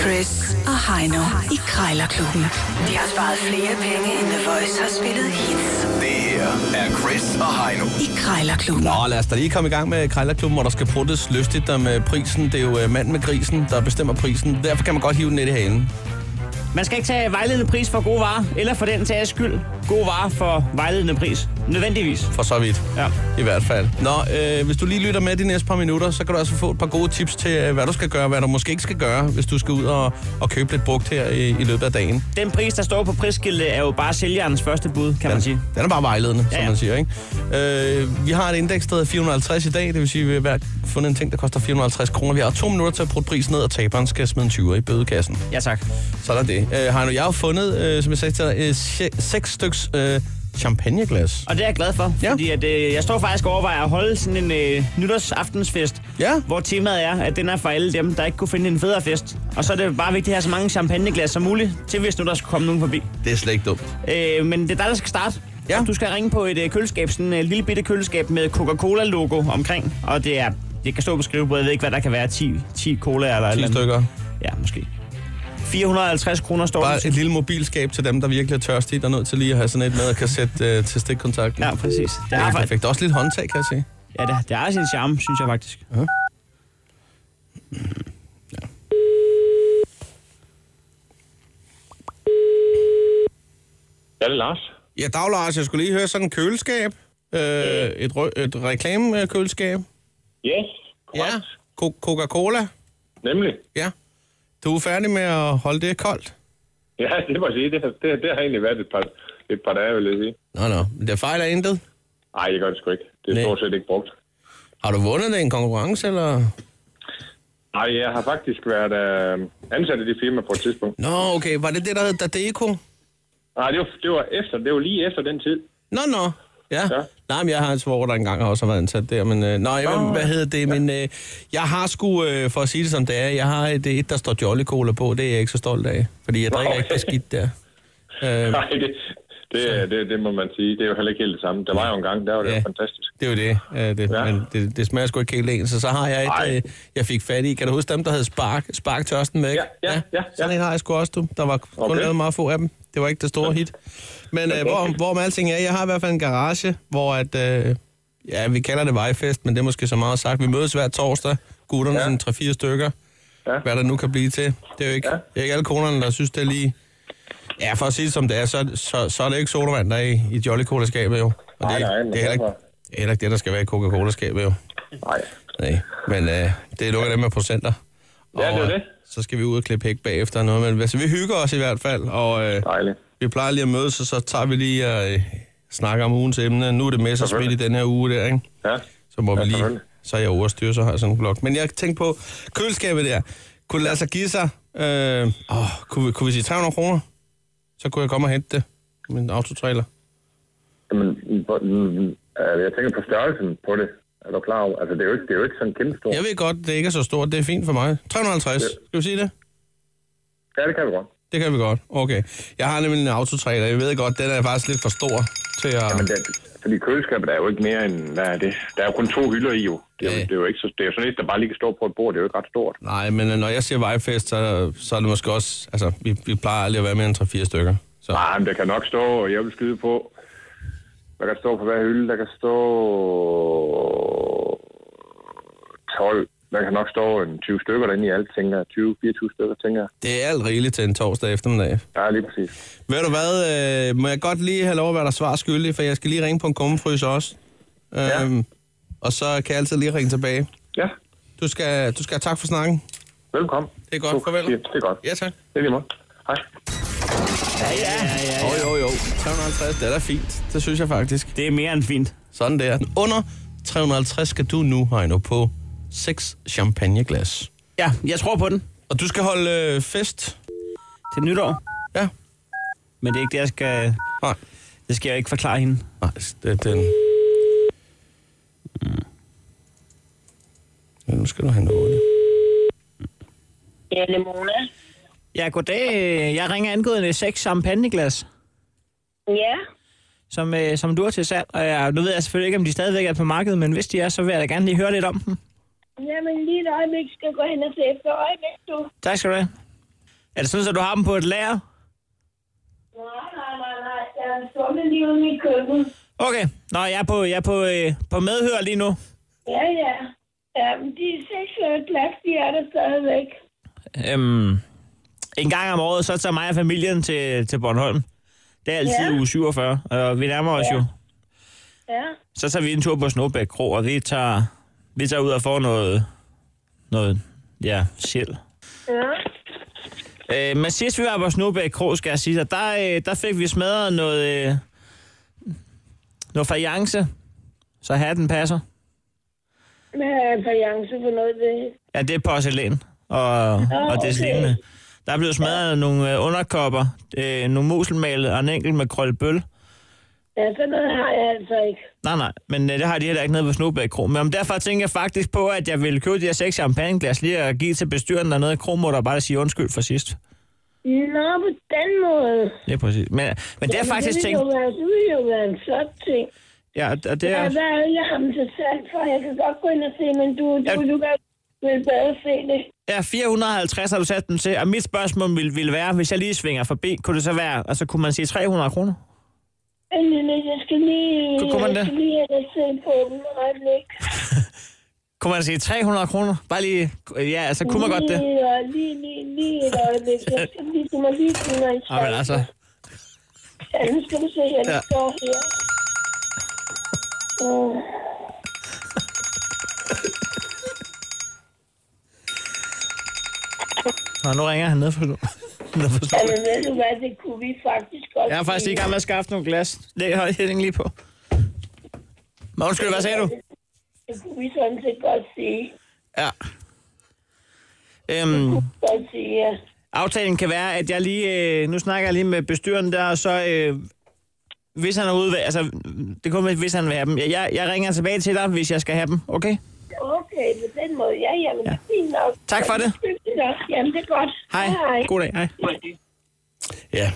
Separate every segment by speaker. Speaker 1: Chris og Heino i Krejlerklubben. De har sparet flere penge, end The Voice har spillet hits
Speaker 2: Det her er Chris og Heino.
Speaker 1: i Krejlerklubben.
Speaker 3: Nå, lad os da lige komme i gang med Krejlerklubben, hvor der skal pruttes lystigt om øh, prisen. Det er jo øh, manden med grisen, der bestemmer prisen. Derfor kan man godt hive den lidt i halen.
Speaker 4: Man skal ikke tage vejledende pris for gode varer, eller for den tages skyld. God varer for vejledende pris. Nødvendigvis.
Speaker 3: For så vidt.
Speaker 4: Ja.
Speaker 3: I hvert fald. Nå, øh, hvis du lige lytter med de næste par minutter, så kan du altså få et par gode tips til, øh, hvad du skal gøre, hvad du måske ikke skal gøre, hvis du skal ud og, og købe lidt brugt her i, i løbet af dagen.
Speaker 4: Den pris, der står på prisskiltet, er jo bare sælgerens første bud, kan man sige.
Speaker 3: Den er bare vejledende, ja,
Speaker 4: Ja,
Speaker 3: som
Speaker 4: ja.
Speaker 3: man siger, ikke? Øh, vi har et indeks, der hedder 450 i dag, det vil sige, at vi har hver fundet en ting, der koster 450 kroner. Vi har to minutter til at putte prisen ned, og taberen skal smide en 20'er i bødekassen.
Speaker 4: Ja, tak.
Speaker 3: Så er der det. Øh, Heino, jeg har jo fundet, øh, som jeg sagde til dig, øh, se- seks styks øh, champagneglas.
Speaker 4: Og det er jeg glad for,
Speaker 3: Ja.
Speaker 4: ja. fordi at, øh, jeg står faktisk og overvejer at holde sådan en øh, nytårsaftensfest,
Speaker 3: Ja.
Speaker 4: hvor temaet er, at den er for alle dem, der ikke kunne finde en federe fest. Og så er det bare vigtigt at have så mange champagneglas som muligt, til hvis nu der skulle komme nogen forbi.
Speaker 3: Det er slet ikke dumt.
Speaker 4: Øh, men det er dig, der skal starte.
Speaker 3: Ja.
Speaker 4: Du skal ringe på et øh, køleskab, sådan et lille bitte køleskab med Coca-Cola-logo omkring. Og det er, det kan stå på skrivebordet, jeg ved ikke, hvad der kan være, 10, 10 cola eller et
Speaker 3: 10
Speaker 4: eller andet.
Speaker 3: stykker.
Speaker 4: Ja, måske. 450 kroner står
Speaker 3: Bare
Speaker 4: den.
Speaker 3: et lille mobilskab til dem, der virkelig er tørstige, der er nødt til lige at have sådan et med og kan sætte øh, til stikkontakten.
Speaker 4: Ja, præcis. Det
Speaker 3: Det
Speaker 4: er,
Speaker 3: er
Speaker 4: faktisk,
Speaker 3: perfekt. Også lidt håndtag, kan jeg se.
Speaker 4: ja, det, det er sin charme, synes jeg faktisk.
Speaker 5: Ja, det er Lars.
Speaker 3: Ja, dag Lars, jeg skulle lige høre sådan et køleskab. Øh, et, rø- et reklamekøleskab.
Speaker 5: Yes, korrekt.
Speaker 3: Ja.
Speaker 5: Ja.
Speaker 3: Co- Coca-Cola.
Speaker 5: Nemlig.
Speaker 3: Ja. Du er færdig med at holde det koldt?
Speaker 5: Ja, det må jeg sige. Det, har- det, det har egentlig været et par, et par dage, vil jeg sige.
Speaker 3: Nå, nå. Men det fejler intet.
Speaker 5: Nej, jeg gør det sgu ikke. Det er
Speaker 3: Nej.
Speaker 5: stort set ikke brugt.
Speaker 3: Har du vundet en konkurrence, eller?
Speaker 5: Nej, jeg har faktisk været øh, ansat i det firma på et tidspunkt.
Speaker 3: Nå, okay. Var det det, der hed Dadeco?
Speaker 5: Nej, det var, det var, efter, det var lige efter den tid.
Speaker 3: Nå, nå. Ja. ja.
Speaker 5: Ja.
Speaker 3: Nej, men jeg har en svoger, der engang også har været ansat der, men... Øh, nej, men, hvad hedder det? Men øh, jeg har sgu, øh, for at sige det som det er, jeg har et, et der står Jolly Cola på, det er jeg ikke så stolt af, fordi jeg drikker
Speaker 5: Nå,
Speaker 3: ikke
Speaker 5: okay.
Speaker 3: beskidt der. Øh,
Speaker 5: Nej, det, det, det, det, må man sige. Det er jo heller ikke helt det samme. Der var jo en gang, der var det
Speaker 3: Ja.
Speaker 5: jo fantastisk.
Speaker 3: det er jo det, øh, det ja.
Speaker 5: Ja.
Speaker 3: men det, det smager sgu ikke helt ens. Så så har jeg et,
Speaker 5: Nej.
Speaker 3: øh, jeg fik fat i. Kan du huske dem, der hed Spark, Spark Tørsten væk?
Speaker 5: Ja, ja, ja,
Speaker 3: Sådan
Speaker 5: ja.
Speaker 3: en har jeg sgu også, du. Der var kun
Speaker 5: Okay.
Speaker 3: lavet meget få af dem. Det var ikke det store hit. Men øh, hvor, hvor med alting er, jeg har i hvert fald en garage, hvor at, øh, ja, vi kalder det vejfest, men det er måske så meget sagt. Vi mødes hver torsdag, gutterne ja.
Speaker 5: Ja.
Speaker 3: sådan 3-4 stykker, ja.
Speaker 5: Ja.
Speaker 3: hvad der nu kan blive til. Det er jo ikke, ja.
Speaker 5: Ja.
Speaker 3: det er ikke alle konerne, der synes, det er lige... Ja, for at sige det som det er, så, så, så er det ikke sodavand, der er i, i jolly cola skabet jo. Og
Speaker 5: Nej,
Speaker 3: det, er
Speaker 5: nej,
Speaker 3: ikke-
Speaker 5: men
Speaker 3: det er heller ikke,
Speaker 5: derfor-
Speaker 3: det er heller ikke det, der skal være i Coca-Cola-skabet jo.
Speaker 5: Nej.
Speaker 3: Nej, men øh, det lukker dem med procenter.
Speaker 5: Ja, det er
Speaker 3: øh,
Speaker 5: det.
Speaker 3: Så skal vi ud og klippe hæk bagefter og noget, men altså, vi hygger os i hvert fald, og øh,
Speaker 5: Dejligt.
Speaker 3: vi plejer lige at mødes, og så tager vi lige og øh, snakker om ugens emne. Nu er det Messerschmidt i den her uge der, ikke?
Speaker 5: Ja.
Speaker 3: Så må
Speaker 5: Ja,
Speaker 3: vi lige...
Speaker 5: selvfølgelig.
Speaker 3: Så er jeg overstyrer, så har jeg sådan en blok. Men jeg tænkte på, køleskabet der, kunne det lade sig give sig... Øh, åh, kunne, vi, kunne vi sige 300 kroner? Så kunne jeg komme og hente det med en autotrailer.
Speaker 5: Jamen, hvor- mm, altså, jeg tænker på størrelsen på det. Er du klar over? Altså, det er jo ikke, det er jo ikke sådan kæmpe stort.
Speaker 3: Jeg ved godt, det ikke er så stort, det er fint for mig. 350, skal vi sige det?
Speaker 5: Ja, det kan vi godt.
Speaker 3: Det kan vi godt. Okay. Jeg har nemlig en autotrailer. Jeg ved godt, den er faktisk lidt for stor til at...
Speaker 5: Men det, fordi køleskabet er jo ikke mere end, hvad er det? Der er jo kun to hylder i jo. Det er,
Speaker 3: Ja.
Speaker 5: jo, det er jo ikke så, det er jo sådan et, der bare lige kan stå på et bord. Det er jo ikke ret stort.
Speaker 3: Nej, men øh, når jeg siger vejfest, så, så er det måske også... Altså, vi, vi plejer aldrig at være mere end 3-4 stykker. Så
Speaker 5: Nej, Ah, men der kan nok stå, og jeg vil skyde på. Der kan stå på hver hylde, der kan stå 12. Der kan nok stå en 20 stykker derinde i alt, tænker jeg. 20-24 stykker, tænker jeg.
Speaker 3: det er alt rigeligt til en torsdag eftermiddag.
Speaker 5: Ja, lige præcis.
Speaker 3: Ved du hvad, øh, må jeg godt lige have lov at være dig svar skyldig, for jeg skal lige ringe på en kummefrys også.
Speaker 5: Ja.
Speaker 3: Øhm, og så kan jeg altid lige ringe tilbage.
Speaker 5: Ja,
Speaker 3: Du skal, du skal have tak for snakken.
Speaker 5: velkommen.
Speaker 3: Det er godt.
Speaker 5: Du-
Speaker 3: Farvel.
Speaker 5: Ja, Det er godt.
Speaker 3: Ja, tak.
Speaker 5: Det er lige måde. Hej.
Speaker 3: Jo, jo, jo. 350, det er da fint. Det synes jeg faktisk.
Speaker 4: Det er mere end fint.
Speaker 3: Sådan der. Under 350 skal du nu, Heino, på seks champagneglas.
Speaker 4: Ja, jeg tror på den
Speaker 3: Og du skal holde øh, fest.
Speaker 4: til nytår.
Speaker 3: Ja.
Speaker 4: Men det er ikke det, jeg skal...
Speaker 3: Nej.
Speaker 4: Det skal jeg ikke forklare hende.
Speaker 3: Nej, det, den... Mm. Ja, nu skal du have noget.
Speaker 6: Ja, Lemona.
Speaker 4: Ja, goddag. Jeg ringer angående seks champagneglas,
Speaker 6: Ja,
Speaker 4: som, øh, som du har til salg. Og jeg, nu ved jeg selvfølgelig ikke, om de stadigvæk er på markedet, men hvis de er, så vil jeg da gerne lige høre lidt om dem.
Speaker 6: jamen lige et øjeblik skal jeg gå hen og se efter øjeblik, du.
Speaker 4: Tak skal du have. Er det sådan, at du har dem på et lager?
Speaker 6: Nej, nej, nej, nej. Jeg er stående lige ude i køkkenet.
Speaker 4: Okay. Nå, jeg er på, jeg er på, øh, på medhør lige nu.
Speaker 6: Ja, ja. Ja, men de seks øh, plads, de er der stadigvæk.
Speaker 4: Øhm, en gang om året, så tager mig og familien til, til Bornholm. Det er altid
Speaker 6: Ja.
Speaker 4: uge 47, og vi nærmer os jo.
Speaker 6: Ja.
Speaker 4: Så tager vi en tur på Snobæk Kro, og vi tager, vi tager ud og får noget, noget ja, sjæl.
Speaker 6: Ja.
Speaker 4: Øh, men sidst vi var på Snobæk Kro, skal jeg sige dig, der, øh, der fik vi smadret noget, øh, noget fajance, så hatten passer.
Speaker 6: Med øh, en fajance for noget af det.
Speaker 4: Ja, det er porcelæn og, og det
Speaker 6: okay.
Speaker 4: lignende. Der er blevet smadret nogle øh, underkopper, øh, nogle muselmalet og en enkelt med krøllebøl.
Speaker 6: Ja, sådan noget har jeg altså ikke.
Speaker 4: Nej, nej, men øh, det har de heller ikke nede på Snobæk Kro. Men om derfor tænker jeg faktisk på, at jeg ville købe de her seks champagneglas lige og give til bestyrelsen dernede i Kromutter og bare sige undskyld for sidst.
Speaker 6: Nå, på den måde.
Speaker 4: Det er præcis. Men, men det er faktisk
Speaker 6: det ville
Speaker 4: tænkt...
Speaker 6: jo være, det ville jo være en flot ting.
Speaker 4: Ja, og det
Speaker 6: Ja.
Speaker 4: er...
Speaker 6: Hvad er jeg ham til salg for? Jeg kan godt gå ind og se, men du, du,
Speaker 4: Ja.
Speaker 6: du kan vel bedre se det.
Speaker 4: Ja, 450 har du sat den til, og mit spørgsmål ville, ville være, hvis jeg lige svinger forbi, kunne det så være, og så kunne man sige 300 kroner?
Speaker 6: Men øh, jeg skal lige,
Speaker 4: Kunne- kunne man
Speaker 6: jeg
Speaker 4: det?
Speaker 6: skal lige have det se på dem et øjeblik.
Speaker 4: Kunne man sige 300 kroner? Bare lige... Ja, altså kunne man godt det?
Speaker 6: Lige, øh, lige, lige, lige et øjeblik. Jeg skal lige, du må lige give mig en
Speaker 4: Ej, men altså...
Speaker 6: Ja, nu skal du se her, det
Speaker 4: Ja.
Speaker 6: står her. Uh,
Speaker 4: Nå, nu ringer han ned for nu. ned for
Speaker 6: ja,
Speaker 4: stolen.
Speaker 6: men ved du hvad, det kunne vi faktisk godt.
Speaker 4: Jeg er faktisk lige i gang med at skaffe nogle glas. Det har jeg helt lige på. Men undskyld, hvad sagde du?
Speaker 6: Det kunne vi sådan set godt sige.
Speaker 4: Ja. Øhm,
Speaker 6: Godt sige, ja.
Speaker 4: aftalen kan være, at jeg lige... Øh, nu snakker jeg lige med bestyren der, og så... Øh, hvis han er ude... Altså, det er kun, hvis han vil have dem. Jeg, jeg, jeg ringer tilbage til dig, hvis jeg skal have dem. Okay?
Speaker 6: Okay, på den måde. Ja, jamen, det er fint nok.
Speaker 4: Tak for det.
Speaker 6: Fint nok. Jamen, det er godt.
Speaker 4: Hej. God dag. Hej.
Speaker 3: Ja.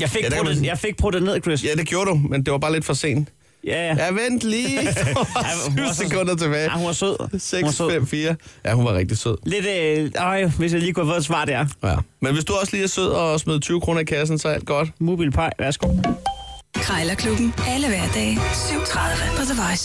Speaker 4: Jeg fik,
Speaker 3: Ja,
Speaker 4: ja,
Speaker 3: der kan
Speaker 4: pruttet,
Speaker 3: man-
Speaker 4: jeg fik pruttet ned, Chris.
Speaker 3: ja, det gjorde du, men det var bare lidt for sent.
Speaker 4: Ja, ja.
Speaker 3: Ja, vent lige. Der
Speaker 4: Ej, hun var
Speaker 3: var 7
Speaker 4: så sød.
Speaker 3: sekunder tilbage.
Speaker 4: Ja, hun var sød. Hun
Speaker 3: 6,
Speaker 4: var sød.
Speaker 3: 5, 4. Ja, hun var rigtig sød.
Speaker 4: Lidt... Øh, øj, hvis jeg lige kunne have fået et svar der.
Speaker 3: Ja. Men hvis du også lige er sød og smed 20 kroner i kassen, så er alt godt.
Speaker 4: Mobilpej, værsgo.
Speaker 1: Krejlerklubben. Alle hverdage. 7.30 på The Voice.